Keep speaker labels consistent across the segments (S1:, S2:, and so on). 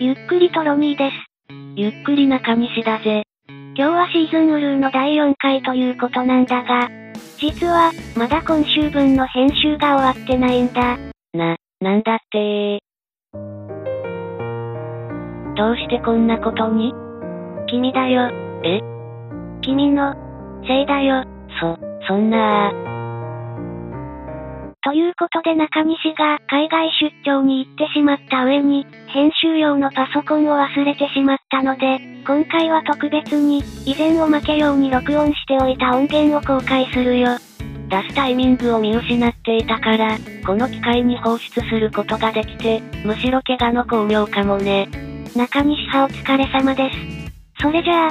S1: ゆっくりとロニーです。
S2: ゆっくり中西だぜ。
S1: 今日はシーズンウルーの第4回ということなんだが、実は、まだ今週分の編集が終わってないんだ。
S2: な、なんだってー。どうしてこんなことに
S1: 君だよ。
S2: え
S1: 君の、せいだよ。
S2: そ、そんなー。
S1: ということで中西が海外出張に行ってしまった上に、編集用のパソコンを忘れてしまったので、今回は特別に、以前おまけ用に録音しておいた音源を公開するよ。
S2: 出すタイミングを見失っていたから、この機会に放出することができて、むしろ怪我の巧妙かもね。
S1: 中西派お疲れ様です。それじゃあ、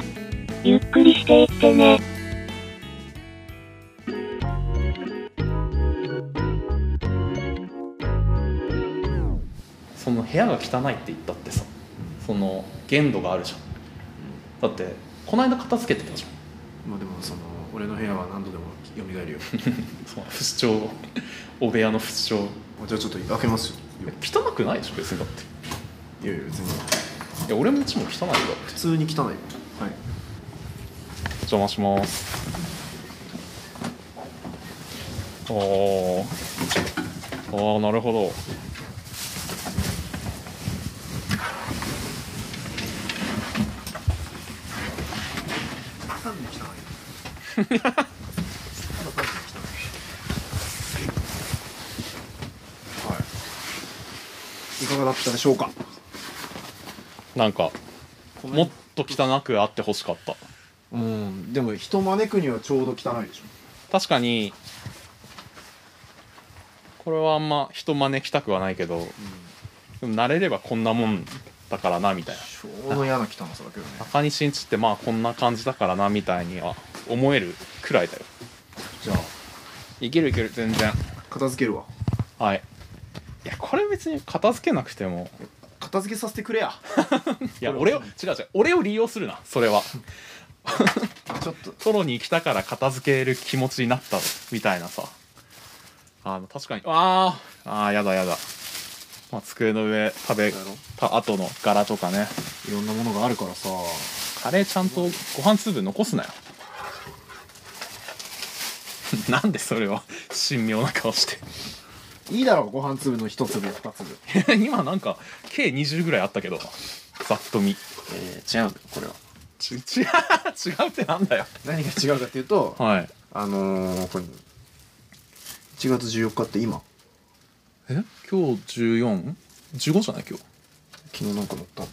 S2: ゆっくりしていってね。
S3: その部屋が汚いって言ったってさその限度があるじゃんだってこの間片付けてたじ
S4: まあでもその俺の部屋は何度でも蘇るよ
S3: ゃん その不死鳥 お部屋の不死鳥
S4: じ ゃあちょっと開けますよ
S3: 汚くないでしょ別にだっ
S4: いやいや別に
S3: ていや俺もうちも汚いよ
S4: 普通に汚いよはい
S3: 邪魔しますあーあーなるほど
S4: 単に汚いただ単に汚いはいいかがだったでしょうか
S3: なんかもっと汚くあってほしかった
S4: うんでも人招くにはちょうど汚いでしょ
S3: 確かにこれはあんま人招きたくはないけど、でも慣れればこんなもんだからなみたいな
S4: ちょうど嫌な汚さだけどね
S3: 中西んちってまあこんな感じだからなみたいには思えるくらいだよ
S4: じゃあ
S3: いけるいける全然
S4: 片付けるわ
S3: はいいやこれ別に片付けなくても
S4: 片付けさせてくれや
S3: いや俺を違う違う俺を利用するなそれは
S4: ちょっと
S3: トロに来たから片付ける気持ちになったみたいなさあの確かにあーあーやだやだ、まあ、机の上食べ
S4: だろ
S3: た後の柄とかね
S4: いろんなものがあるからさ
S3: カレーちゃんとご飯粒残すなよ なんでそれを神妙な顔して
S4: いいだろうご飯粒の一粒二粒
S3: 今なんか計20ぐらいあったけどざっと見
S4: えー、違うこれは
S3: ち 違う違うってなんだよ
S4: 何が違うかっていうと
S3: はい
S4: あのー、これ1月14日って今
S3: え今日 14?15 じゃない今日
S4: 昨日なんか乗ったの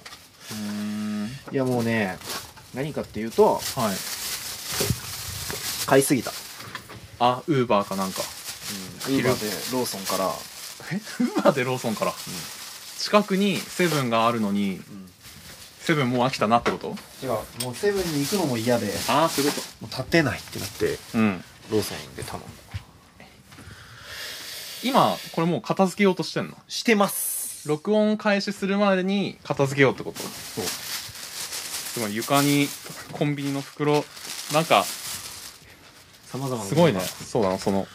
S3: うん
S4: いやもうね何かっていうと
S3: はい
S4: 買いすぎた、
S3: あウーバーかなんか
S4: うん、ウーバーでローソンから、
S3: えウーバーでローソンから、近くにセブンがあるのにセブンもう飽きたなってこと
S4: 違うもうセブンに行くのも嫌で
S3: ああそういうこ
S4: もう立てないってなって
S3: とうん
S4: ローソンで頼んだ
S3: 今これもう片付けようとしてんの
S4: してます
S3: 録音開始するまでに片付けようってこと
S4: う
S3: すごい床にコンビニの袋なんか
S4: さまざます
S3: ごいねそうだなその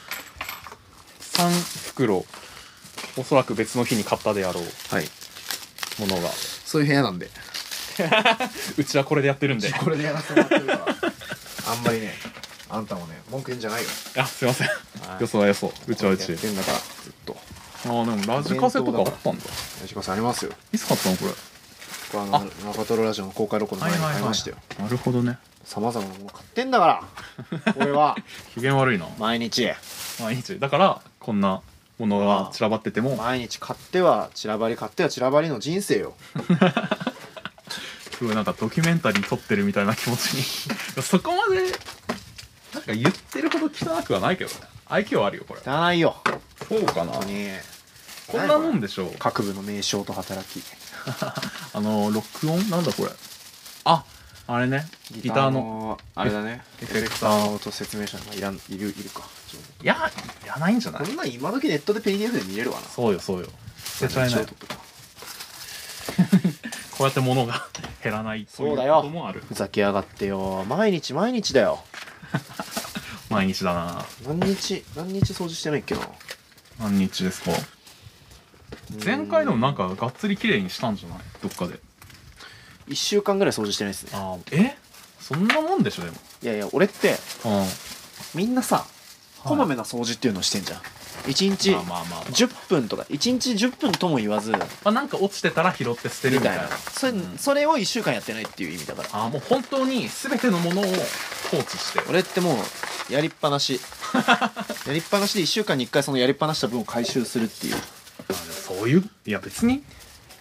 S3: 3袋おそらく別の日に買ったであろう
S4: はい
S3: ものが
S4: そういう部屋なんで
S3: うちはこれでやってるん で
S4: これでやらせてもらってるから あんまりねあんたもね文句言うんじゃないよ
S3: あすいません
S4: はい
S3: 予想は予想うちはう
S4: や
S3: ち
S4: ってんだからずっと
S3: あーでもラジカセとかあったんだ
S4: 吉川さんありますよ
S3: いつ買ったのこれ
S4: これあ
S3: あ
S4: の中トロラジオの公開録の前に買いましたよ
S3: なるほどね
S4: さまざまなもの買ってんだから 俺は
S3: 機嫌悪いな
S4: 毎日
S3: 毎日だからこんなものが散らばってても
S4: 毎日買っては散らばり買っては散らばりの人生よ
S3: すごいなんかドキュメンタリー撮ってるみたいな気持ちに そこまでなんか言ってるほど汚くはないけどね愛嬌あるよこれ
S4: 汚いよ
S3: そうかな
S4: 本当に
S3: こんなもんでしょう
S4: 各部の名称と働き
S3: あの録音なんだこれああれねギターの
S4: あれだね
S3: エ
S4: エ
S3: フ
S4: フ
S3: ェ
S4: ェ
S3: ク
S4: ク
S3: タ
S4: タ
S3: ー
S4: ーと説明書がいらんいるいるかちょう
S3: いやいらないんじゃな
S4: ど
S3: い
S4: こんなん今時ネットで PDF で見れるわな
S3: そうよそうよ
S4: う
S3: 絶対ないこうやって物が 減らない
S4: そうだ
S3: ということもあ
S4: よ
S3: る
S4: ふざけやがってよ毎日毎日だよ
S3: 毎日だな
S4: 何日何日掃除してないっけな
S3: 何日ですか前回のなんかがっつり綺麗にしたんじゃないどっかで
S4: 1週間ぐらい掃除してないですね
S3: あーえそんなもんでしょでも
S4: いやいや俺って
S3: うん
S4: みんなさこまめな掃除っていうのをしてんじゃん1日
S3: まあまあまあ、まあ
S4: 10分とか1日10分とも言わずみ
S3: まあ、なんか落ちてたら拾って捨てるみた
S4: たい
S3: いな
S4: なそれ,、
S3: うん
S4: それを1週間やってないっていう意味だから
S3: あーもう本当に全てのものを放置して
S4: 俺ってもうやりっぱな しやりっぱなしで1週間に1回そのやりっぱなした分を回収するっていう
S3: あーでもそういういや別に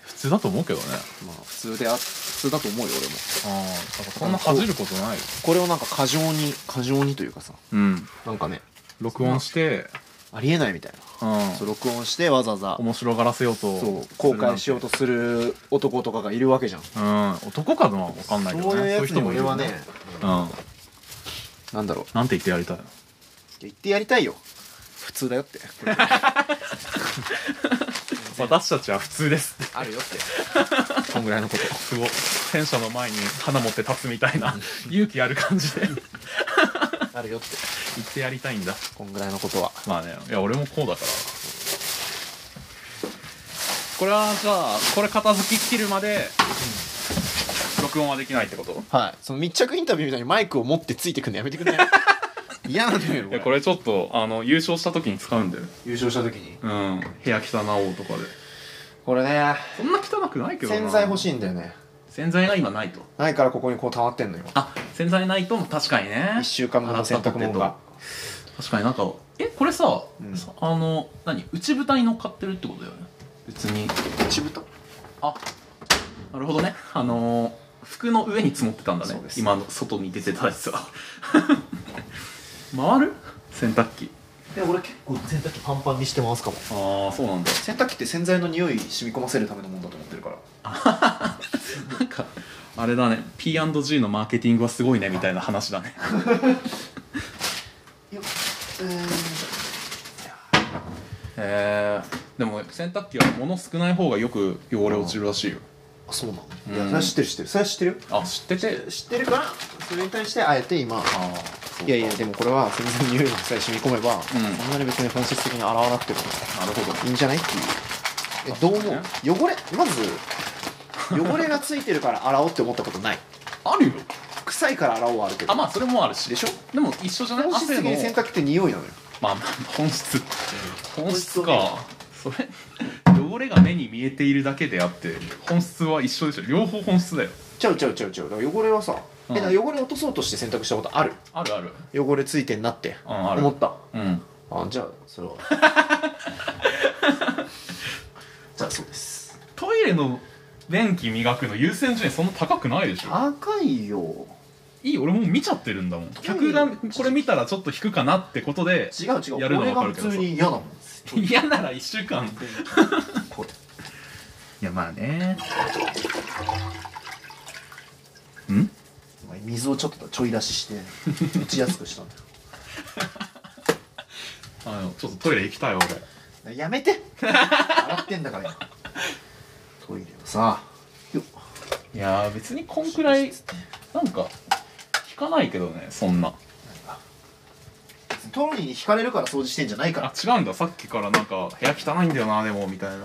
S3: 普通だと思うけどね
S4: まあ普通であ普通だと思うよ俺も
S3: ああそんな恥じることないよ
S4: これをなんか過剰に過剰にというかさ
S3: うん
S4: なんかね
S3: 録音して
S4: ありえないみたいな
S3: うん
S4: そう録音してわざわざ
S3: 面白がらせようと
S4: そう後悔しようとする男とかがいるわけじゃん
S3: うん男かなわかんないけどね
S4: そういうやつに
S3: もいる
S4: 俺はね
S3: うん
S4: なんだろう
S3: なんて言ってやりたいの
S4: 言ってやりたいよ普通だよって
S3: 私たちは普通ですっ
S4: あるよって こんぐらいのこと
S3: てすごい戦車の前に花持って立つみたいな勇気ある感じで 言
S4: あるよって
S3: ってやりたいんだ
S4: こんぐらいのことは
S3: まあねいや俺もこうだからこれはじゃあこれ片付き切るまで録音はできないってこと
S4: はいその密着インタビューみたいにマイクを持ってついてくんのやめてくん ね嫌なんだよ
S3: いや
S4: 俺
S3: これちょっとあの優勝した時に使うんだよ
S4: 優勝した時に
S3: うん部屋汚おうとかで
S4: これね
S3: そんな汚くないけどな
S4: 洗剤欲しいんだよね
S3: 洗剤が今ないと
S4: ないからここにこう溜まってんのよ
S3: あ洗剤ないと確かにね
S4: 1週間分の洗濯物が
S3: 確かになんかえこれさ、
S4: うん
S3: さあの何内蓋に乗っかってるってことだよね別に
S4: 内蓋
S3: あなるほどねあのー服の上に積もってたんだね
S4: そうです
S3: 今の外に出てたやつは 回る洗濯機
S4: で俺結構洗濯機パンパンにしてますかも
S3: ああそうなんだ
S4: 洗濯機って洗剤の匂い染み込ませるためのもんだと思ってるから
S3: なんかあれだね P&G のマーケティングはすごいねみたいな話だね
S4: よっうー
S3: へえでも洗濯機は物少ない方がよく汚れ落ちるらしいよ
S4: んあそうなのい
S3: うん
S4: やそれは知ってる知ってるそれは知ってるよ
S3: あ知ってて
S4: 知ってるからそれに対してあえて今
S3: ああ
S4: いやいやでもこれは洗剤の匂いがさえ染み込めば、そんなに別に本質的に洗わなくても
S3: なるほど
S4: いいんじゃないっていうえどう思う汚れまず汚れがついてるから洗おうって思ったことない
S3: あるよ
S4: 臭いから洗おうはあるけど
S3: あまあそれもあるし
S4: でしょ
S3: でも一緒じゃない
S4: 本質的に洗濯機って匂いなのよ
S3: まあまあ本質本質
S4: 本
S3: かそれ汚れが目に見えているだけであって本質は一緒でしょ両方本質だよ
S4: ちゃうちゃうちゃうちゃうだから汚れは
S3: う
S4: さ、
S3: ん
S4: えだから汚れ落とそうとして洗濯したことある
S3: あるある
S4: 汚れついてんなって
S3: うんある
S4: 思った
S3: うん
S4: あじゃあそ れはじゃあそうです
S3: トイレの便器磨くの優先順位そんな高くないでしょ
S4: 高いよ
S3: いい俺もう見ちゃってるんだもん
S4: トイ
S3: 客
S4: レ
S3: がこれ見たらちょっと引くかなってことで
S4: 違う違う
S3: やるのは分
S4: 俺
S3: か
S4: が
S3: るけど
S4: 普
S3: さ
S4: 通に嫌だもん
S3: 嫌なら1週間い
S4: これ
S3: やまあねん
S4: お前水をちょっとちょい出しして打ちやすくしたんだよ
S3: あのちょっとトイレ行きたい俺
S4: やめて洗ってんだから今トイレはさよっ
S3: いやー別にこんくらいなんか聞かないけどねそんな
S4: トロニーに惹かれるから掃除してんじゃないから
S3: あ違うんださっきからなんか部屋汚いんだよなでもみたいない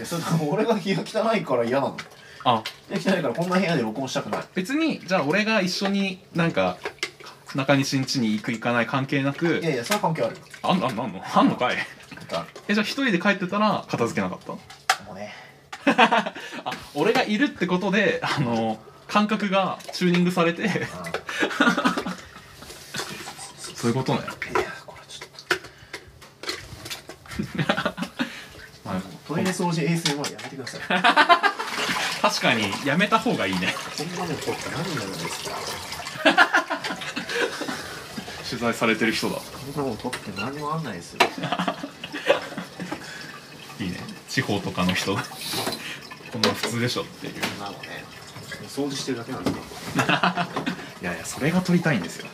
S4: やそれ俺が部屋汚いから嫌なの
S3: あ
S4: 部屋汚いからこんな部屋で録音したくない
S3: 別にじゃあ俺が一緒になんか中西ん家に行く行かない関係なく
S4: いやいやそれは関係あるよ
S3: あんのあんのあんのあんのかい
S4: 関係ある
S3: えじゃあ一人で帰ってたら片付けなかった
S4: もうね
S3: あ俺がいるってことであの感覚がチューニングされてそういうことね
S4: いやこれちょっとトイレ掃除衛生はやめてください
S3: 確かにやめた方がいいね
S4: こんなのこって何になるんですか
S3: 取材されてる人だ
S4: こんなの取って何もあんないですよ
S3: いいね地方とかの人こんなの普通でしょっていう
S4: なのね掃除してるだけなんですよ
S3: いやいやそれが撮りたいんですよ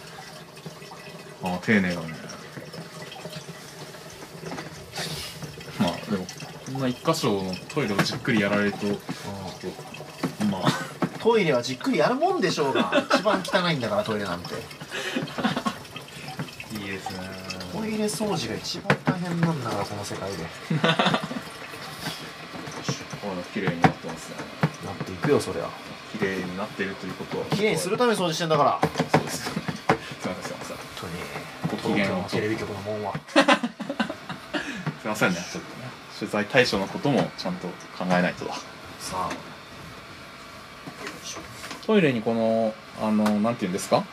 S3: ああ丁寧だねまあでもこんな一箇所のトイレをじっくりやられるとまあ
S4: トイレはじっくりやるもんでしょうが一番汚いんだからトイレなんて
S3: いいですね
S4: トイレ掃除が一番大変なんだからこの世界で
S3: あ綺麗になってますね
S4: なっていくよそりゃ
S3: 綺麗になっているということは
S4: 綺麗にするために掃除してんだから本
S3: そうですよねすいませんすいません
S4: 当に
S3: ご機嫌を
S4: 東京テレビ局のもんは
S3: すいませんねちょっとね取材対象のこともちゃんと考えないとだ
S4: さあ
S3: トイレにこのあのなんていうんですか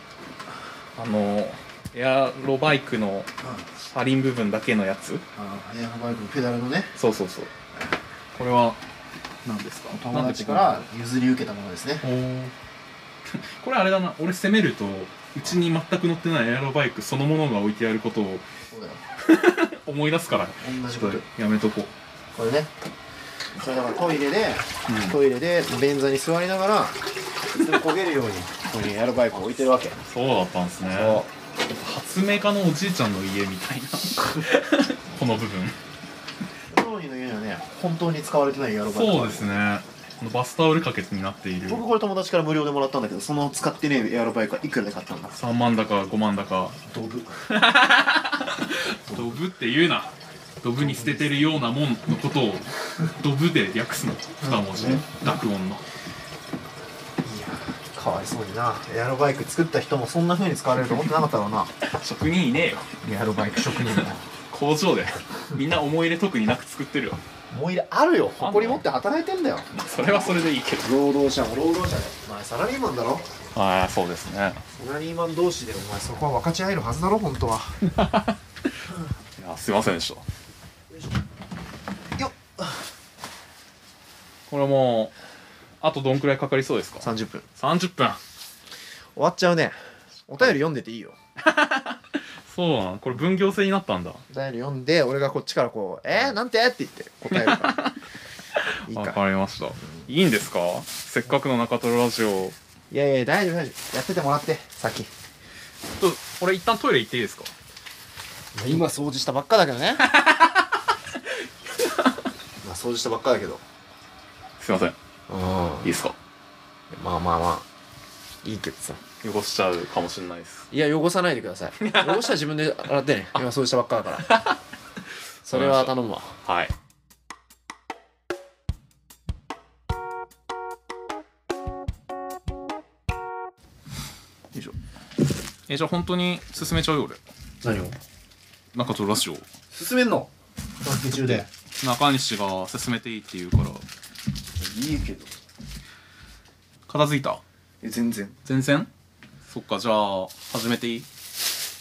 S3: あのエアロバイクの車輪部分だけのやつ
S4: あーエアバイクのペダルのね
S3: そうそうそうこれは何ですか
S4: 友達から譲り受けたものですね
S3: おーこれあれだな俺攻めるとうちに全く乗ってないエアロバイクそのものが置いてあることを
S4: そうだよ
S3: 思い出すから
S4: 同じ
S3: ち
S4: こ
S3: ょっ
S4: と
S3: とやめとこう
S4: これねこれだからトイレで、
S3: うん
S4: トイレで便座に座りながらそれ焦げるようにここにエアロバイクを置いてるわけ
S3: そうだったんですね
S4: そ
S3: 発明家のおじいちゃんの家み たいなこの部分
S4: うトロニーの家にはね本当に使われてないエアロバイク
S3: そうですねこのバスタオルかけになっている
S4: 僕これ友達から無料でもらったんだけどその使ってねえエアロバイクはいくらで買ったんだ
S3: 3万だか5万だか
S4: ドブ
S3: ドブって言うなドブに捨ててるようなもんのことをドブで略すの二文字で濁音の
S4: かわいそうになエアロバイク作った人もそんな風に使われると思ってなかったろうな
S3: 職人いねえよ
S4: エアロバイク職人も
S3: 工場でみんな思い入れ特になく作ってるよ
S4: 思い入れあるよ誇り持って働いてんだよ
S3: まあそれはそれでいいけど
S4: 労働者も労働者でお前サラリーマンだろ
S3: ああそうですね
S4: サラリーマン同士でお前そこは分かち合えるはずだろ本当はい
S3: やすいませんでした
S4: よっ
S3: これもうあとどんくらいかかりそうですか
S4: 30分
S3: 30分
S4: 終わっちゃうねお便り読んでていいよ
S3: そうなんこれ分業制になったんだ
S4: お便り読んで俺がこっちからこう「えー、なんて?」って言って答える からいい
S3: わ
S4: か
S3: かりましたいいんですかせっかくの中トロラジオ
S4: いやいや大丈夫大丈夫やっててもらって先
S3: ちょっとこれ一旦トイレ行っていいですか
S4: 今掃除したばっかだけどね今掃除したばっかだけど
S3: すいませんい
S4: うん
S3: いですか
S4: まあまあまあいいけどさ
S3: 汚しちゃうかもしれないです
S4: いや汚さないでくださ い汚したら自分で洗ってね今掃除したばっかだからそれは頼むわ
S3: はい
S4: いしょ
S3: えじゃあ本当に進めちゃうよ俺
S4: 何を
S3: 中トロラジオ
S4: 進めんの関係中で
S3: 中西が進めていいって言うから
S4: いいけど
S3: 片付いた
S4: え全然
S3: 全然そっかじゃあ始めていい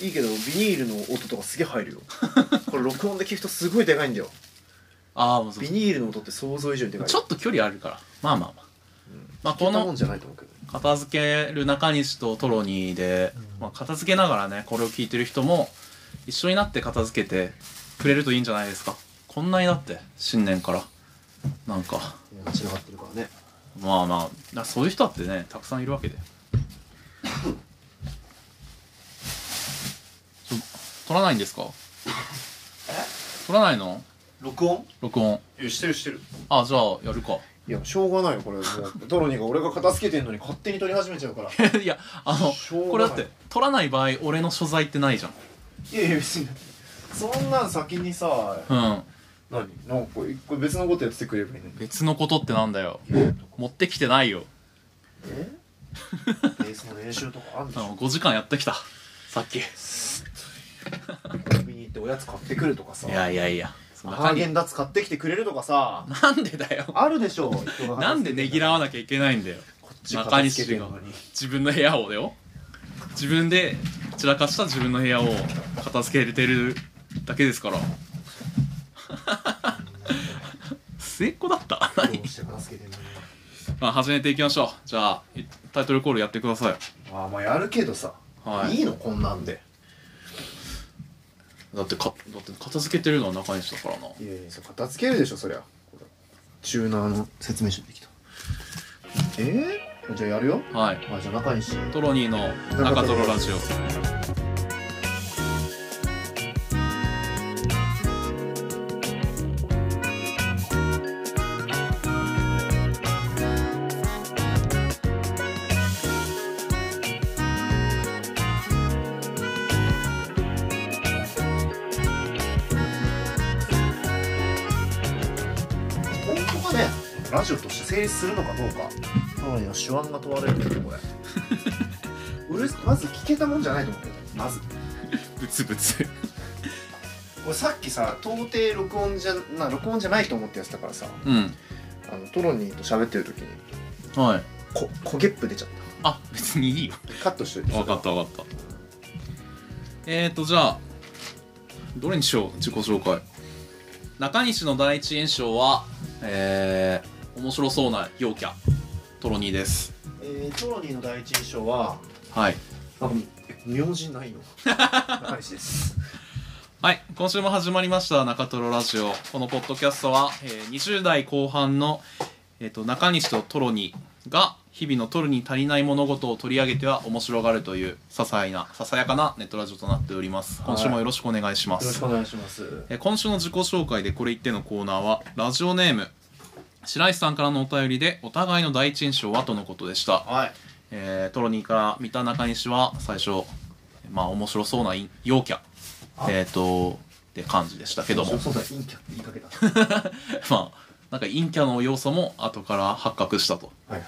S4: いいけどビニールの音とかすげえ入 るよこれ録音で聞くとすごいでかいんだよ
S3: ああもうそう
S4: ビニールの音って想像以上にでかい
S3: ちょっと距離あるからまあまあまあ、まあ
S4: こ
S3: こ
S4: んなもん
S3: の
S4: じゃないと思うけど
S3: 片付ける中西とトロニーで、まあ、片付けながらねこれを聞いてる人も一緒になって片付けてくれるといいんじゃないですかこんなにだって新年からなんか
S4: 散らかってるからね
S3: まあまあだそういう人だってねたくさんいるわけ でちょ撮らないんですか撮らないの
S4: 録音
S3: 録音
S4: いやしてるしてる
S3: あじゃあやるか
S4: いやしょうがないよこれもうドロニーが俺が片付けてんのに勝手に取り始めちゃうから
S3: いやあ
S4: しょうが
S3: の
S4: ない
S3: これだって撮らない場合俺の所在ってないじゃん
S4: いやいや別にそんなん先にさ
S3: うん
S4: 何なんか一個別のことやっててくればいいのに
S3: 別のことってなんだよ持ってきてないよ
S4: えベースの練習とかあるんでし
S3: あの
S4: ょ
S3: 5時間やってきたさっきい
S4: コンビニ行っておやつ買ってくるとかさ
S3: やいやいやそんな
S4: ハー
S3: 感
S4: ゲ
S3: じ
S4: ンダッツ買ってきてくれるとかさ
S3: なんでだよ
S4: あるでしょ人が
S3: なんでねぎらわなきゃいけないんだよ
S4: こっち片付けてんのに
S3: 中自分の部屋をだよ自分で散らかした自分の部屋を片付けてるだけですから 末っ子だった
S4: どうして片付けてんのに
S3: まあ始めていきましょうじゃあいタイトルコールやってください
S4: あまあやるけどさ、
S3: はい
S4: い、いのこんなんで
S3: だってかだって片付けてるのは中西だからない
S4: やいやそう片付けるでしょそりゃチューナーの説明書できたえー、じゃあやるよ
S3: はい
S4: あじゃあ中西
S3: トロニーの中トロラジオ
S4: 本当がねラジオとして成立するのかどうか
S5: そうよ手腕が問われるんだよ これ
S4: 俺まず聞けたもんじゃないと思うけどまず
S3: ブツブツ
S4: 俺さっきさ到底録音じゃな録音じゃないと思ってやってたからさ
S3: うん
S4: あのトロニーと喋ってる時に
S3: はい
S4: こ小ゲップ出ちゃっ
S3: あ別にいいよ
S4: たカットしといて
S3: 分かった分かったえーとじゃあどれにしよう自己紹介中西の第一印象はえー、面白そうな陽キャトロニーです
S5: えー、トロニーの第一印象は
S3: はい
S5: あ名字 ないの中西です
S3: はい今週も始まりました「中トロラジオ」このポッドキャストは、えー20代後半の、えー、と中西とトロニーが日々の取るに足りない物事を取り上げては面白がるという些細なささやかなネットラジオとなっております今週もよろしくお願いしま
S5: よろし
S3: す
S5: くお願いします
S3: えー今週の自己紹介でこれ言ってのコーナーはラジオネーム白石さんからのお便りでお互いの第一印象はとのことでした、
S5: はい
S3: えートロニーから見た中西は最初まあ面白そうな陰陽キャえっ、とって感じでしたけども
S5: 面白そうだ陰キャって言いかけたは
S3: まあなんか陰キャの要素も後から発覚したと
S5: いはい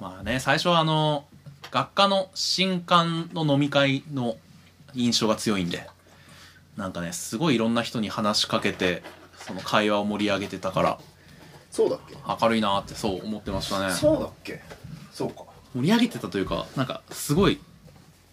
S3: まあね最初はあの学科の新刊の飲み会の印象が強いんでなんかねすごいいろんな人に話しかけてその会話を盛り上げてたから
S4: そうだっけ
S3: 明るいなってそう思ってましたね
S4: そうだっけそうか
S3: 盛り上げてたというかなんかすごい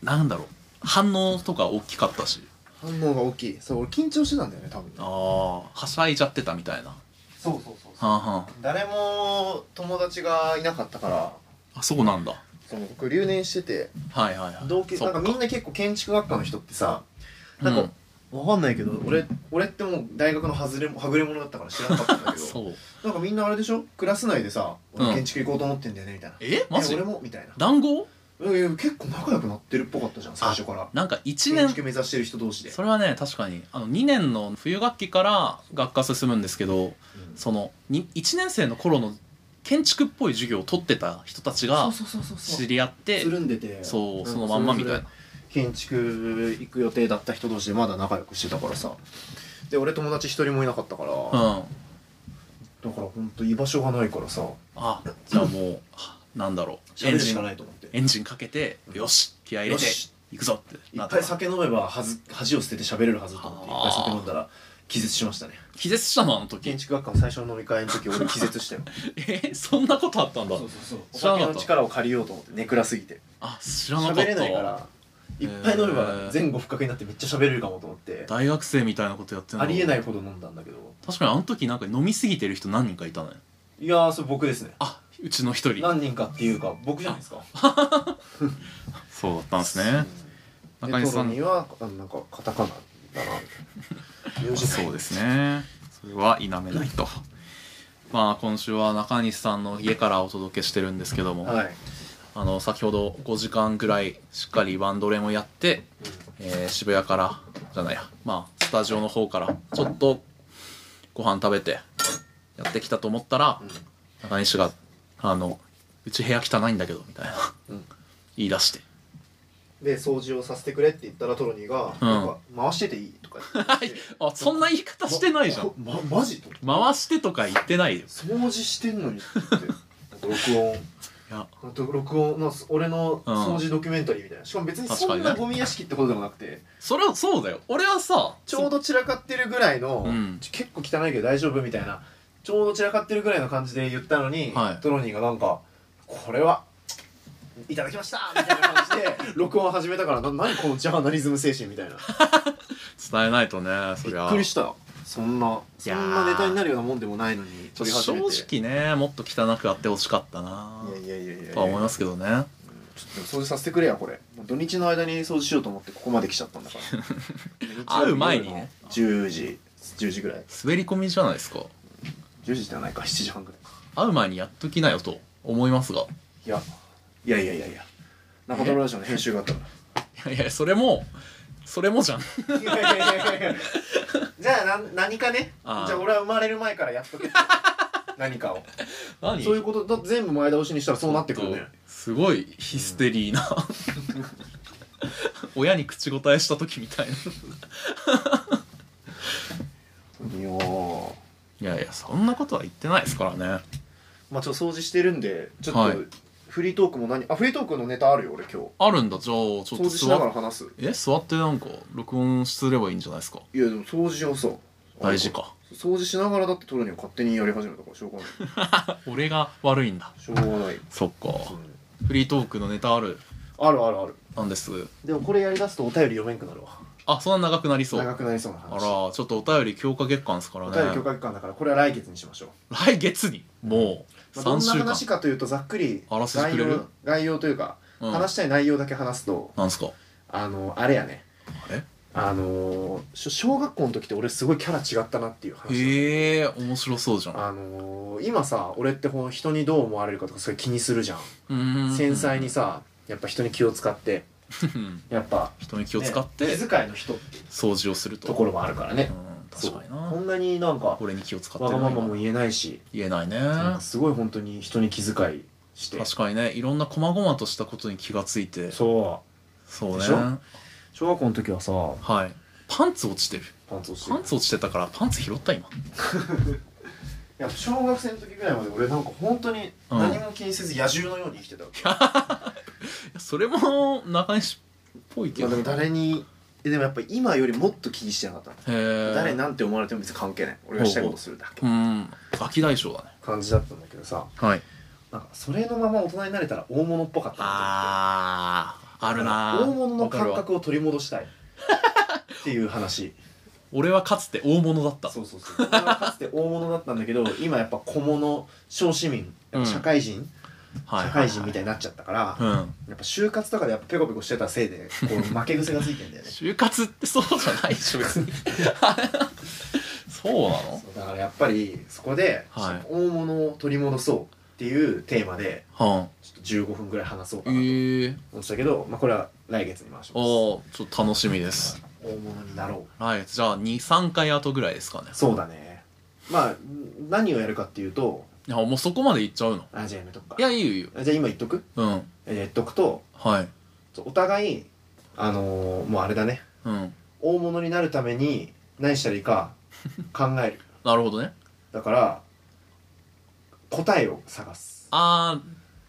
S3: なんだろう反応とか大きかったし
S4: 反応が大きいそう俺緊張してたんだよね多分ね
S3: ああはしゃいじゃってたみたいなは
S4: そうそうそう
S3: あ、は
S4: 誰も友達がいなかったから
S3: あ、あそうなんだ
S4: その僕留年してて
S3: はいはいはい
S4: 同級
S3: そ
S4: な
S3: っ
S4: んかみんな結構建築学科の人ってさ
S3: う
S4: なんんか、わかんないけど俺俺ってもう大学の外れはぐれ者だったから知らなかったんだけど
S3: そう
S4: なんかみんなあれでしょクラス内でさ「
S3: うん
S4: 俺建築行こうと思ってんだよね」みたいな「
S3: えマ
S4: え
S3: ジ
S4: 俺も」みたいな
S3: 談合
S4: うんいや結構仲良くなってるっぽかったじゃん最初から
S3: なんか1
S4: 建
S3: 年
S4: 築目指してる人同士で
S3: それはね確かにあの2年の冬学期から学科進むんですけど
S4: うん
S3: そのに1年生の頃の建築っぽい授業を取ってた人たちが
S4: そうそうそうそ
S3: 知
S4: う
S3: り合って
S4: つるんでて
S3: そうそのまんまみたいな
S4: 建築行く予定だった人同士でまだ仲良くしてたからさで俺友達一人もいなかったから、
S3: う
S4: だか
S3: ん
S4: らほんと居場所がないからさ
S3: あじゃあもうはなんだろう
S4: 喋
S3: エ
S4: る
S3: ン
S4: し
S3: ジ
S4: か
S3: ン
S4: ないと思って
S3: エンジンかけてよし気合い入れて
S4: よし
S3: 行くぞって
S4: い
S3: な
S4: っ
S3: っ
S4: ぱ
S3: た
S4: い酒飲めばはず恥を捨てて喋れるはずと思っていっぱい酒飲んだら気絶しましたね
S3: 気絶したのあの時
S4: 建築学科の最初の飲み会の時俺気絶したよ
S3: えそんなことあったんだ
S4: そうそう
S3: 知
S4: そ
S3: ら
S4: うお
S3: なかった
S4: 酒の力を借りようと思ってネクラすぎて
S3: あ知らなかった
S4: 喋れないからいっぱい飲めば前後不覚になってめっちゃ喋れるかもと思って
S3: 大学生みたいなことやってんの
S4: ありえないほど飲んだんだけど
S3: 確かにあの時なんか飲みすぎてる人何人かいたね
S4: いやーそれ僕ですね
S3: あうちの一人
S4: 何人かっていうか僕じゃないですか
S3: そうだったんですね
S4: うん
S3: 中西さん
S4: でトロニーはあなんかカタカナだなみたいな名字
S3: そうですねそれは否めないとまあ今週は中西さんの家からお届けしてるんですけども、
S4: はい
S3: あの先ほど5時間ぐらいしっかりバンドレもやって、えー渋谷からじゃないやまあスタジオの方からちょっとご飯食べてやってきたと思ったら、中西が「あのうち部屋汚いんだけど」みたいな、
S4: うん
S3: 言い出して
S4: で掃除をさせてくれって言ったらトロニーが「
S3: うん
S4: なんか回してていい?」とか言って
S3: あそんな言い方 してないじゃん
S4: ままマジと
S3: 回してとか言ってないよ
S4: 掃除してんのにって言って録音
S3: いや
S4: ほんと録音の俺の
S3: うん
S4: 掃除ドキュメンタリーみたいな、しかも別に
S3: 確
S4: そ
S3: か
S4: ん
S3: にね
S4: なゴミ屋敷ってことでもなくて
S3: それはそうだよ俺はさ
S4: ちょうど散らかってるぐらいの、
S3: うん
S4: 結構汚いけど大丈夫みたいなちょうど散らかってるぐらいの感じで言ったのに、
S3: はい
S4: トロニーがなんか「これはいただきました!」みたいな感 じで録音を始めたからな何このジャーナリズム精神みたいな
S3: 伝えないとねそ
S4: び
S3: りゃ
S4: っくりしたそんないそ
S3: やー
S4: んなネタになるようなもんでもないのに
S3: ちょっ
S4: 撮り
S3: と
S4: 始めて
S3: 正直ねもっと汚くあってほしかったない
S4: やいやいやいや
S3: とは思いますけどね
S4: ちょっと掃除させてくれやこれもう土日の間に掃除しようと思ってここまで来ちゃったんだから
S3: 会う前にね
S4: 10時10時ぐらい
S3: 滑り込みじゃないですか
S4: 10時じゃないか7時半ぐらいか
S3: 会う前にやっときなよと思いますが
S4: いやいやいやいやいや中トロラジオの編集があったか
S3: いやいやそれもそれもじゃん
S4: らいやいやいやいやいや じゃあなん何かねじ
S3: あー
S4: ゃあ俺は生まれる前からやっ とけ 何かを
S3: 何
S4: そういうことだ全部前倒しにしたらそうなってくるね
S3: すごいヒステリーな 親に口答えした時みたいない
S4: やー
S3: いやいやそんなことは言ってないですからね
S4: まあちょっと掃除してるんでちょっと、
S3: はい
S4: フリートークも何あフリートークのネタあるよ俺今日
S3: あるんだじゃあちょっ
S4: 掃
S3: と
S4: 除しなが
S3: 座っ
S4: ら話す
S3: え座ってなんか録音すればいいんじゃないですか
S4: いやでも掃除をさ
S3: 大事か
S4: 掃除しながらだって撮るには勝手にやり始めたからしょうが ない
S3: 俺が悪いんだ
S4: しょうがない、
S3: そっかフリートークのネタある
S4: あるあるある
S3: なんです
S4: でもこれやりだすとお便り読めんくなるわ
S3: あそんな長くなりそう
S4: 長くなりそうな
S3: あら
S4: 話
S3: ちょっとお便り強化月間ですから
S4: お便り許
S3: ね
S4: 可期間だからこれは来月にしましょう
S3: 来月にもう
S4: まあど
S3: 3
S4: んな
S3: 週間
S4: 話かというとざっくり
S3: あらすじく
S4: 概
S3: れる
S4: 要概要というか、
S3: うん
S4: 話したい内容だけ話すと
S3: なんすか
S4: あのあれやね
S3: あれ
S4: あのーしょ小学校の時って俺すごいキャラ違ったなっていう話
S3: へえ面白そうじゃん
S4: あのー今さ俺ってこの人にどう思われるかとかそれ気にするじゃん、
S3: うーん
S4: 繊細にさやっぱ人に気を使って
S3: うん
S4: やっぱ
S3: 人に気を使って
S4: ね気遣いの人っていう
S3: 掃除をすると
S4: ところもあるから
S3: う
S4: ね
S3: ん確かに
S4: そうこ
S3: なん
S4: なになんか
S3: 俺に気を使って
S4: わが
S3: る
S4: ままも言えないし
S3: 言えないね
S4: なんかすごい本当に人に気遣いして
S3: 確かにねいろんな細々としたことに気がついて
S4: そう
S3: そう
S4: で
S3: ね
S4: しょ小学校の時はさ
S3: はいパンツ落ちてる
S4: パンツをして
S3: パンツ落ちてたからパンツ拾った今
S4: いや小学生の時ぐらいまで俺なんか本当に
S3: うん
S4: 何も気にせず野獣のように生きてた、
S3: いやそれも中西っぽいけ
S4: まあ
S3: ど
S4: でも誰にえでもやっぱ今よりもっと気にしてなかった、
S3: へえ
S4: 誰になんて思われても別に関係ない俺がしたいことするだけ
S3: うんガキ大将だね
S4: 感じだったんだけどさ
S3: はい
S4: なんかそれのまま大人になれたら大物っぽかったな
S3: あーあ
S4: と
S3: る
S4: 思って
S3: な
S4: 大物の感
S3: わかるわ
S4: 覚を取り戻したいってい う話
S3: 俺はかつて大物だった
S4: そうそうそう俺はかつて大物だったんだけど今やっぱ小物小市民やっぱ社会人、
S3: はい
S4: 社会人みたいになっちゃったから、
S3: うん
S4: やっぱ就活とかでやっぱペコペコしてたせいで こう負け癖がついてんだよね
S3: 就活ってそうじゃないでしょ別にそうなの
S4: そうだからやっぱりそこで、
S3: はい
S4: 大物を取り戻そうっていうテーマで
S3: は
S4: ちょっと15分ぐらい話そう
S3: あ
S4: か
S3: え
S4: なと思
S3: ー、
S4: ってたけど、まあ、これは来月に回し
S3: あ
S4: ま
S3: ーちょっと楽しみです
S4: す大物になろ
S3: 来月じゃあ23回後ぐらいですかね
S4: うそうだねまあ何をやるかっていうと
S3: いやもうそこまでいっちゃうの
S4: あじゃあやめとくか
S3: いやいいよいいよ
S4: あじゃあ今言っとく
S3: うん
S4: えー言っとくと
S3: はい
S4: お互いあのーもうあれだね
S3: うん
S4: 大物になるために何したらいいか考える
S3: なるほどね
S4: だから答えを探す
S3: あ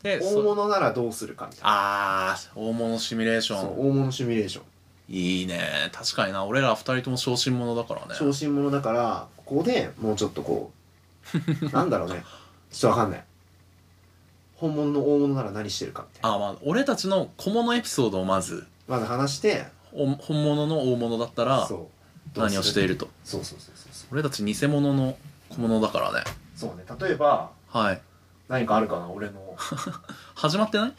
S3: ーで
S4: 大
S3: そ
S4: 物ならどうするかみたいな
S3: あー大物シミュレーシ
S4: そ
S3: ョン
S4: う大物シミュレーション
S3: いいね確かにな俺ら二人とも小心者だからね
S4: 小心者だからここでもうちょっとこ うなんだろうねちょっとわかんない本物の大物なら何してるかみたいな
S3: あまあ俺たちの小物エピソードをまず
S4: まず話して
S3: お本物の大物だったら
S4: そうどうす
S3: 何をしていると
S4: そうそうそうそうそう
S3: 俺たち偽物の小物だからね
S4: そうね例えば
S3: はい
S4: 何かあるかな俺 の
S3: 始まってない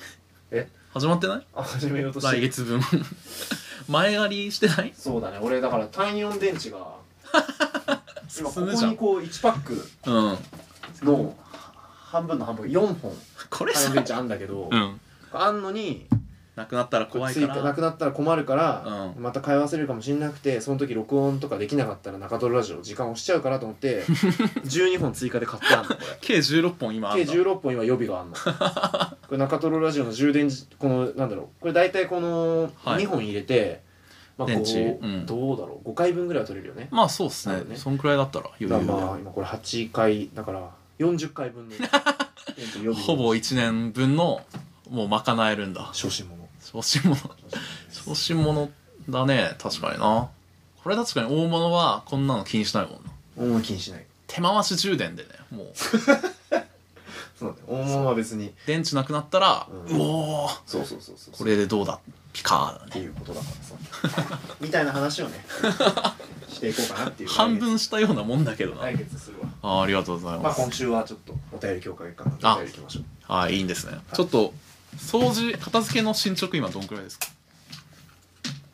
S4: え
S3: 始まってない
S4: あ始めようとして
S3: 来
S4: る
S3: 月分 前借りしてない
S4: そうだね俺だから単四電池 が今こ
S3: 進むじ
S4: こ
S3: ゃ
S4: に
S3: ん
S4: こう1パック
S3: うん
S4: の半分の半分4本
S3: これ
S4: 単
S3: さ
S4: 四電池あんだけど、
S3: うん
S4: あんのに
S3: なくなったら怖いか
S4: 追加な
S3: ら
S4: くなったら困るから、
S3: う
S4: また買い忘れるかもしれなくてその時録音とかできなかったら中トロラジオ時間押しちゃうからと思って 12本追加で買ってあんのこれ
S3: 計16本今あ
S4: 計
S3: んだ
S4: 16本今予備があんのこれ中トロラジオの充電時このなんだろうこれ大体この
S3: はい
S4: 2本入れて、まあ
S3: 電
S4: こ
S3: 池
S4: う、
S3: うん
S4: どうだろう5回分ぐらいは取れるよね
S3: まあそうっす
S4: な
S3: ね
S4: るね
S3: そんくらいだったら
S4: だ
S3: 余裕
S4: から
S3: で、
S4: まあ今これ8回だから40回分の電池予備
S3: ほぼ1年分のもう賄えるんだ
S4: 小心者
S3: 小心者小心者だね確かになこれ確かに大物はこんなの気にしないもんな
S4: 大物気にしない
S3: 手回し充電でねもう
S4: そうだね大物は別に
S3: 電池なくなったら、
S4: うん
S3: うおー
S4: そうそうそうそう
S3: これでどうだピカーだ
S4: っ
S3: ね
S4: ていうことだからさ みたいな話 をねしていこうかなっていう
S3: 半分したようなもんだけどな、
S4: 来月するわ
S3: あーありがとうござい
S4: ま
S3: ま
S4: あ
S3: す、
S4: 今週はちょっとお便り強化月間な
S3: あ
S4: んでお便りいきましょう
S3: あーいいんですね、ちょっと掃除片付けの進捗今どんくらいですか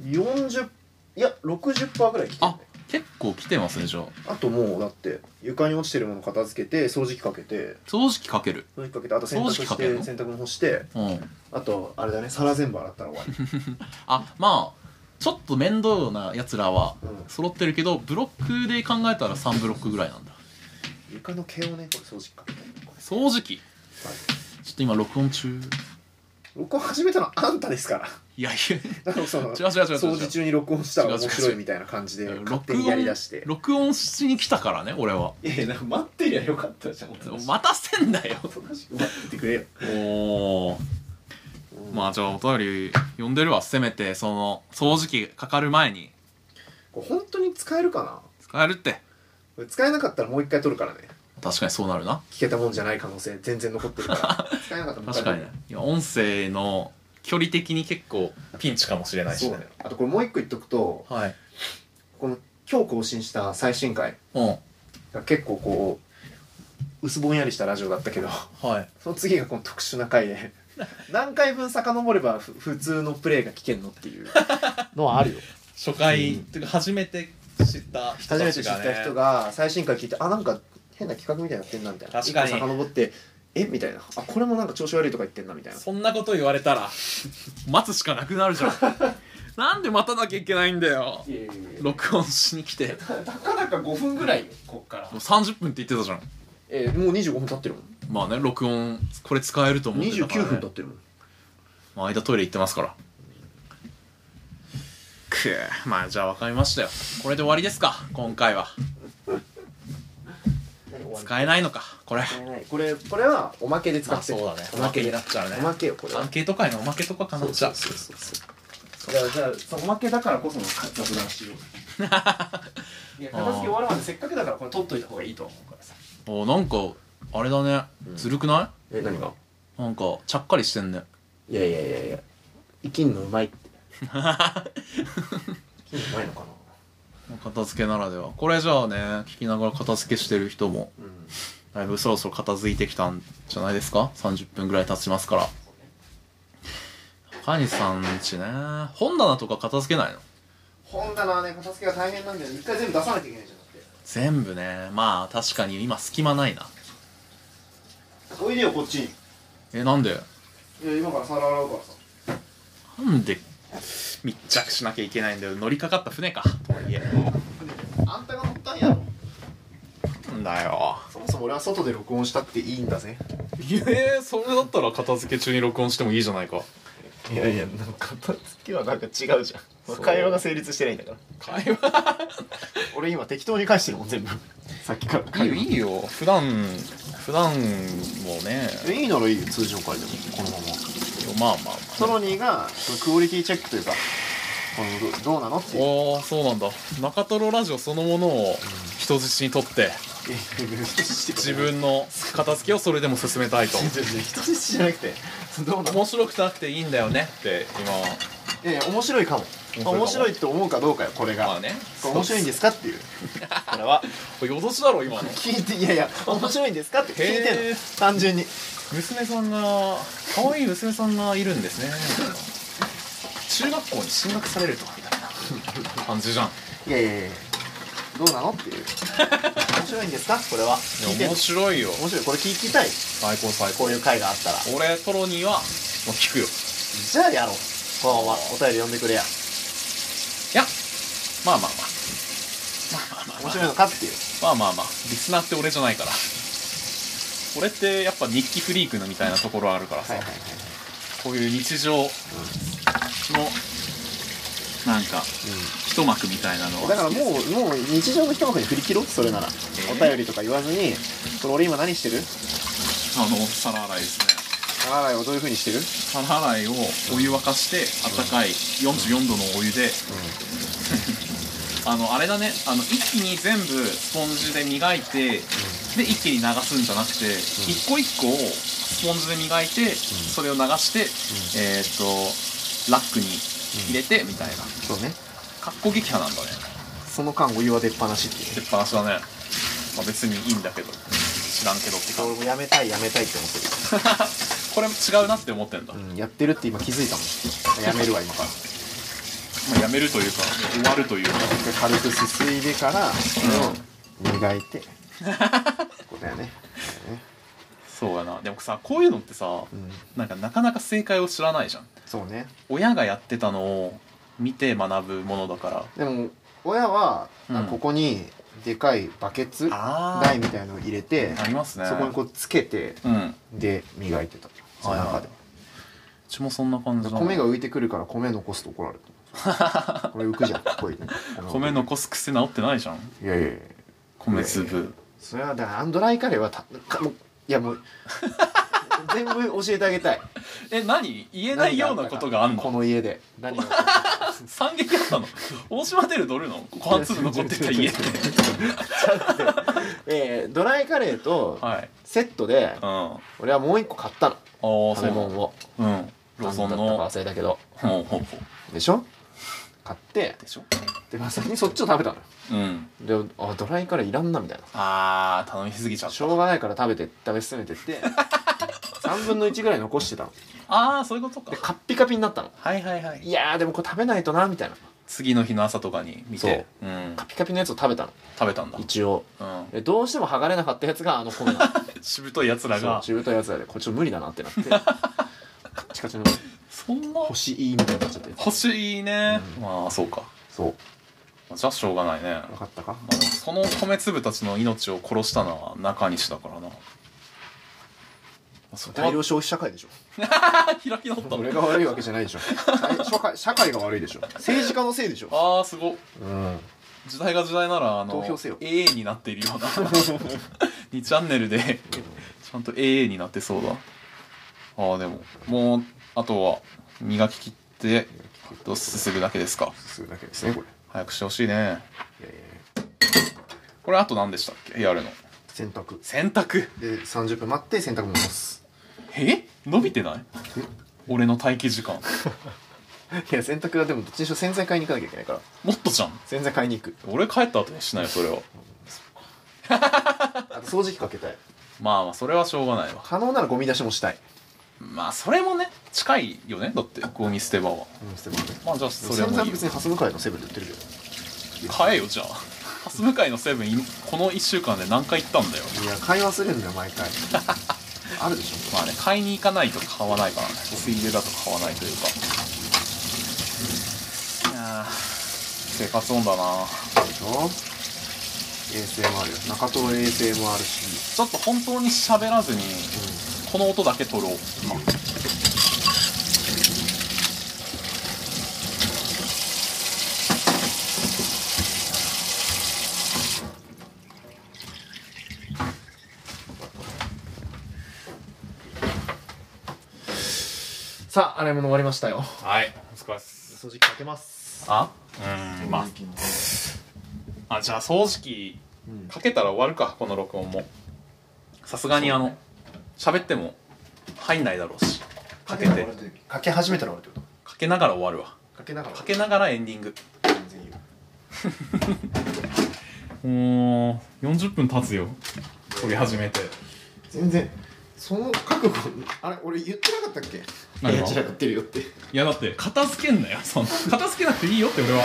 S4: 40いや60%ぐらい来てるね
S3: あ結構来てますねじゃあ
S4: あともうだって床に落ちてるもの片付けて掃除機かけて
S3: 掃除機かける
S4: 掃除機かけてあと洗濯
S3: 掃除機か
S4: し
S3: けん
S4: て
S3: の
S4: 洗濯物干して
S3: うん
S4: あとあれだね皿全部洗ったら終わ り
S3: あまあちょっと面倒なやつらは
S4: うん
S3: 揃ってるけどブロックで考えたら3ブロックぐらいなんだ
S4: 床の毛をねこれ掃除機かけてるこれ
S3: 掃除機ちょっと今録音中
S4: 録音始めたのあんたですから
S3: いやいや
S4: だからその
S3: 違う違う違う違
S4: 掃
S3: う違
S4: 除
S3: う
S4: 中に録音したら
S3: 違う違う違う
S4: 面白いみたいな感じで
S3: いや
S4: 勝手にやりだして
S3: 録音しに来たからね俺はい
S4: やいやなんか待ってりゃよかったじゃんおとなしく
S3: 待たせんだよ
S4: おとなしく待っててくれよ
S3: おおまあじゃあお便り読んでるわせめてその掃除機かかる前に
S4: これ本当に使えるかな
S3: 使えるって
S4: これ使えなかったらもう一回撮るからね
S3: 確かにそうなるな
S4: 聞けたもんじゃない可能性全然残ってるから使えなかったらもう一
S3: 確
S4: 回
S3: かにねいや音声の距離的に結構ピンチかもしれないし
S4: そう
S3: ね
S4: だよあとこれもう一個言っとくと
S3: はい
S4: この今日更新した最新回
S3: うん
S4: が結構こう薄ぼんやりしたラジオだったけど
S3: はい
S4: その次がこの特殊な回で何回分遡ればふ 普通のプレーが聞けんのっていうのはあるよ
S3: 初回、
S4: うん
S3: っていうか初めて知った人
S4: 初め
S3: た
S4: て知
S3: ち
S4: っ
S3: がね
S4: た人が最新回聞いてあなんか変な企画みたいなのやってんなみたいな
S3: 確かに
S4: 一個遡ってえみたいなあこれもなんか調子悪いとか言ってんなみたいな
S3: そんなこと言われたら待つしかなくなるじゃん なんで待たなきゃいけないんだよ
S4: いやいやいや
S3: 録音しに来て
S4: たかだか5分ぐらいよこっから
S3: もう30分って言ってたじゃん
S4: えーもう25分経ってるもん
S3: まあね録音これ使えると思ってたから、ね、
S4: 29分経ってるもん
S3: まあ、間トイレ行ってますからくぅまあじゃあ分かりましたよこれで終わりですか今回 は使えないのかこれ
S4: これこれはおまけで使
S3: まあ
S4: って
S3: そ
S4: る、
S3: うだね
S4: お
S3: お
S4: ま
S3: まけ
S4: けで
S3: になっちゃうね
S4: おまけよこれは
S3: アンケート会のおまけとかかなっちゃう
S4: そうそうそうそうじゃあじゃあおまけだからこその雑談しよういや片付け終わるまでせっかくだからこれ取っといた方がいいと思うからさ
S3: おなんかあれだね
S4: うん
S3: ずるくな
S4: え何が
S3: いなんかちゃっかりしてんね
S4: いやいやいやいや生きんのうまいって生きんのうまいのかな
S3: 片付けならではこれじゃあね聞きながら片付けしてる人も
S4: うん
S3: だいぶそろそろ片付いてきたんじゃないですか30分ぐらい経ちますから中西さんちね本棚とか片付けないの
S4: 本棚はね片付けが大変なんだよ一回全部出さなきゃいけないじゃんだっ
S3: 全部ねまあ確かに今隙間ないな
S4: ておいでよこっちにい
S3: えなんで
S4: や今から皿洗うからさ
S3: なんで密着しなきゃいけないんだよ乗りかかった船かとはいえ
S4: あんたが乗ったんやろ
S3: なんだよ
S4: そもそも俺は外で録音したっていいんだぜ
S3: ええそれだったら片付け中に録音してもいいじゃないか
S4: いやいやなんか片付けはなんか違うじゃん会話が成立してないんだから
S3: 会話
S4: 俺今適当に返してるもん全部さっきから
S3: いいよいいよ普段普段もね
S4: えいいならいいよ通常回でもこのまま
S3: まあまあ
S4: ソロニーがそのクオリティチェックというかこのどどうなのっていう
S3: おおそうなんだ中トロラジオそのものを人質にとって自
S4: 自
S3: 分の片付けをそれでも進めたいと
S4: 人質じゃなくてどうなの
S3: 面白くなくていいんだよねって今
S4: いやいや面白いかも
S3: 白いかも
S4: 面白いって思うかどうかよこれ
S3: ま
S4: が
S3: あね
S4: これ面白いんですかっていうこれは
S3: これよどしだろ今の
S4: 聞いていやいや面白いんですかって聞いてん
S3: へ
S4: の
S3: ー
S4: 単純に
S3: 娘さんが可愛い娘さんがいるんですね中学校に進学されるとかみたいな感じじゃん
S4: いやいやいやどうなのっていう面白いんですかこれは聞い
S3: い
S4: てん
S3: や
S4: の
S3: 面白いよ
S4: 面白いこれ聞きたい
S3: 最高最
S4: こ
S3: 高
S4: ういう回があったら
S3: 俺トロニーはもう聞くよ
S4: じゃあやろうこのままお便り読んでくれ
S3: い
S4: や
S3: やまあまあまあまあまあまあ
S4: 面白いのかっていう
S3: まあまあまあリスナーって俺じゃないから俺ってやっぱ日記フリークのみたいなところあるからさ、こういう日常のなんか一幕みたいなの
S4: だか
S3: は
S4: らもうもう日常の一幕に振り切ろうそれなら、
S3: えー
S4: お便りとか言わずにこれ俺今何してる
S3: あの皿洗いですね
S4: あらをどういうふうにしてる、
S3: 皿洗いをお湯沸かして温かい44度のお湯であのあれだねあの一気に全部スポンジで磨いてで一気に流すんじゃなくて一個一個をスポンジで磨いてそれを流してえーっとラックに入れてみたいな
S4: そうね
S3: 格好撃破なんだね
S4: その間お湯は出っ放しってい
S3: 出
S4: う
S3: っ放しだね、まあ、別にいいんだけど知らんけどって感
S4: 俺もやめたいやめたいって思って
S3: じこれ違うなって思ってんだ、
S4: る、うん、やってるって今気づいたもんやめるわ今から
S3: まあ、やめるというか終わるというか
S4: 一回軽くすすいでからこれを磨い てここだよね
S3: そうやなでもさこういうのってさ、
S4: ん
S3: なんかなかなか正解を知らないじゃん
S4: そうね
S3: 親がやってたのを見て学ぶものだから
S4: でも親は、あ
S3: うん
S4: ここにでかいバケツ
S3: あー
S4: 台みたいのを入れて
S3: ありますね
S4: そこにこうつけて
S3: うん
S4: で磨いてたその中で、
S3: はいはいちもそんな感じだな
S2: 米が浮いてくるから米残すと怒られる これ浮くじゃんこい
S3: 米残す癖治ってないじゃん
S2: いやいやいや
S3: 米粒
S2: それはだからアンドライカレーはたかもういやもう全部教えてあげたい
S3: え何言えないようなことがあん
S2: こ
S3: の
S2: の家で何が起こったか
S3: 惨劇あったの大島テルどるのご飯粒残ってた家
S2: ちょっと待ってえードライカレーと
S3: はい
S2: セットで
S3: うんあ
S2: 俺はもう一個買ったの
S3: あー
S2: 食
S3: そう
S2: べ
S3: な
S2: 物
S3: の
S2: を
S3: うんローソン
S2: 何だったか
S3: の
S2: 忘れたけど
S3: ほうほうほ
S2: でしょ買って
S3: うでしょ
S2: でまあ先にそっちを食べた
S3: うん
S2: のよであドライカレーいらんなみたいな
S3: あー頼みすぎちゃった
S2: しょうがないから食べて食べ進めてって3分の1ぐらい残してたの
S3: ああそういうこと
S2: で
S3: か
S2: カッピカピになったの
S3: はいはいはい
S2: いやーでもこれ食べないとなみたいな
S3: 次の日の朝とかに見てうん
S2: カピカピのやつを食べたの
S3: 食べたんだ
S2: 一応
S3: うん
S2: でどうしても剥がれなかったやつがあの米なの
S3: しぶといやつら
S2: そう
S3: が
S2: 中太いやつだでこれちょっと無理だなってなってカッチカチの
S3: そんな
S2: 星いいみたいになっちゃって
S3: 欲しいね
S2: うん
S3: まあそうか
S2: そう
S3: じゃあしょうがないねま
S2: 分かったか
S3: あその米粒たちの命を殺したのは中西だからなそこは
S2: 大量消費社会でしょ
S3: 開き直った
S2: 俺が悪いわけじゃないでしょ 大社会社会が悪いでしょ政治家のせいでしょ
S3: ああすごっ
S2: うん
S3: 時代が時代ならあの
S2: 投票せよ
S3: AA になっているよう な2チャンネルでちゃんと AA になってそうだあーでももうあとは磨き切ってとすすぐだけですか
S2: するだけですねこれ
S3: 早くしてほしいね
S2: いやいやいや
S3: これあと何でしたっけやるの
S2: 洗濯
S3: 洗濯
S2: で30分待って洗濯物干す
S3: え伸びてない俺の待機時間
S2: いや洗濯はでもどっちにしろ洗剤買いに行かなきゃいけないから
S3: もっとじゃん
S2: 洗剤買いに行く
S3: 俺帰った後にしないよそれは
S2: あと掃除機かけたい
S3: まあまあそれはしょうがないわ
S2: 可能ならゴミ出しもしたい
S3: まあそれもね近いよねだってゴミ捨て場は
S2: うん捨て物
S3: まあじゃあ
S2: 洗
S3: それも
S2: 剤はい
S3: いよ
S2: 別にハス向かいのセブンで売ってるけど
S3: 買えよじゃあハス向かいのセブンいこの1週間で何回行ったんだよ
S2: いや買い忘れるんだよ毎 回あるでしょ
S3: まあね買いに行かないと買わないからねついでだと買わないというかいやー生活音だな
S2: あるでしょ ASMR よ中東 ASMR し
S3: ちょっと本当に喋らずにこの音だけ取ろう今
S2: さあ洗い物終わりましたよ
S3: はいお疲れっす
S2: 掃除機かけます
S3: あうんまああじゃあ掃除機かけたら終わるかこの録音もさすがにあの喋っても入んないだろうしかけて
S2: かけ始めたら終わるってこ
S3: かけながら終わるわ
S2: とかけながら
S3: かけながらエンディング
S2: 全然いいよ
S3: もう40分経つよ撮り始めて
S2: 全然その覚悟あれ俺言ってなかったっけ
S3: 何が
S2: いや散らかってるよって
S3: いやだって片付けんなよその片付けなくていいよって俺は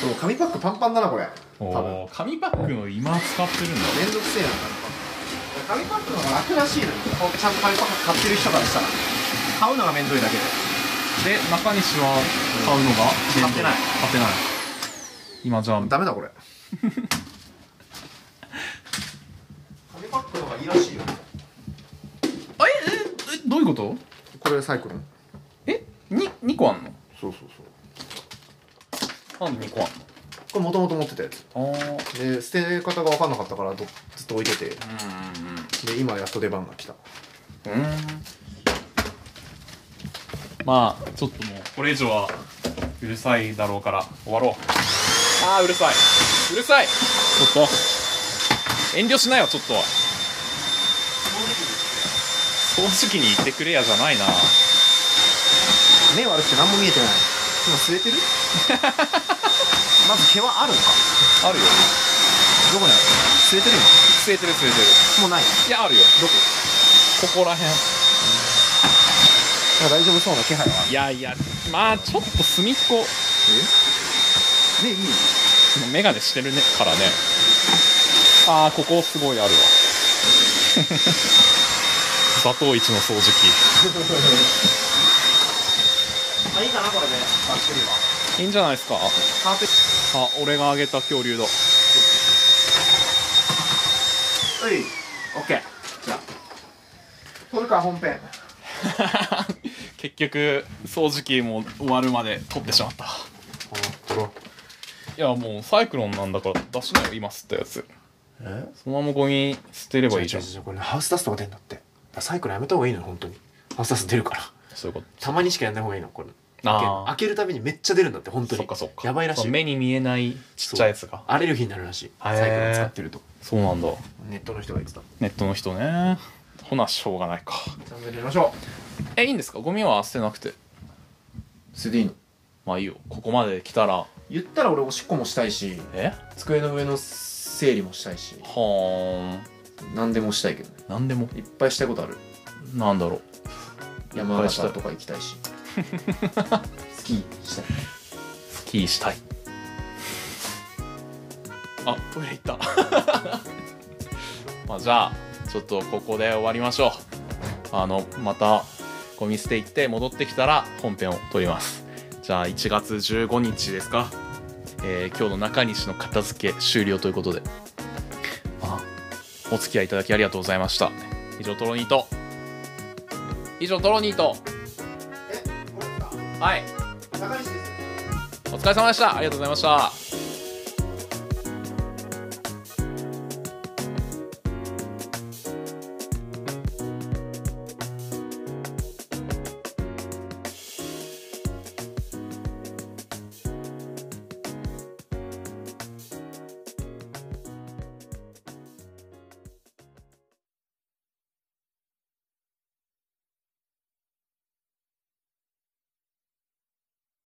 S2: そう紙パックパンパンだなこれ多
S3: お
S2: 分
S3: ー紙パックの今使ってるんだ
S2: めんどくせえな紙パック紙パックの方が楽らしいのよこうちゃんと紙パック買ってる人からしたら買うのがめんどいだけで
S3: で中西は買うのが
S2: 買ってない
S3: 買ってない今じゃあ
S2: ダメだこれ紙パックの方がいいらしいよ
S3: あえええどういうこと
S2: これサイクロン
S3: えに2個あんの
S2: そうそうそう
S3: なんで2個あん
S2: これもともと持ってたやつ
S3: のああ
S2: で捨て方が分かんなかったからどずっと置いててで今やっと出番が来た
S3: うんうんうんまあちょっともうこれ以上はうるさいだろうから終わろうああうるさいうるさいちょっと遠慮しなよちょっと掃除機に行ってくれやじゃないな
S2: 目悪くて何も見えてない今吸え てるまず毛はあるのか
S3: あるよ
S2: どこにある吸えてる
S3: 吸えてる吸えてる
S2: 今もうない
S3: いやあるよ
S2: どこ
S3: ここらへん
S2: なんか大丈夫そうな気配はある
S3: いやいやまあちょっと隅っこ
S2: え目いい
S3: メガネしてるねからねああここす ごいあるわ砂糖一の掃除
S2: あいいかなこれでバッテリーは
S3: 機いいんじゃないですか
S2: カーペッ
S3: あ俺があげた恐 竜だ
S2: トういオッケーじゃあ撮るか本編
S3: 結局掃除機も終わるまで取ってしまったい
S4: ほら
S3: やもうサイクロンなんだから出しなよ今吸ったやつ
S4: え
S3: そのままゴミ捨てればいいじゃん
S4: 違う違う違うこれねハウスダストが出るんだってだからサイクルやめた方がいいのよ本当にハウスダスト出るから
S3: そういうこ
S4: たまにしかやんない方がいいのこれ
S3: とあ
S4: 開けるたびにめっちゃ出るんだって本
S3: あ
S4: 当に
S3: そっかそっか
S4: やばいらし
S3: そ
S4: いう
S3: 目に見えないちっちゃいやつが
S4: アレルギーになるらしい
S3: へー
S4: サイクル使ってると
S3: そうなんだ
S4: ネットの人が言ってた
S3: ネットの人ねほなしょうがないか
S4: チャンネルやりましょ
S3: えいいんですかゴミは捨てなくて
S6: それでいいの
S3: まあいいよここまで来たら
S6: 言ったら俺おしっこもしたいし
S3: え
S6: 机の上の整理もしたいし
S3: はーん
S6: 何でもしたいけどね
S3: 何でも
S6: いっぱいしたいことある
S3: なんだろう
S6: 山
S3: いっぱいした
S6: 形
S3: い
S6: とか行きたいしスキーした
S3: ス
S6: い
S3: キーしたいあトイレ行った まあじゃあちょっとここで終わりましょうあのまたゴミ捨て行って戻ってきたら本編を撮りますじゃあ1月15日ですか、えー今日の中西の片付け終了ということで、まあ、お付き合いいただきありがとうございました以上トロニーと以上トロニーと
S4: う
S3: はい
S4: 中西です
S3: お疲れ様でしたありがとうございました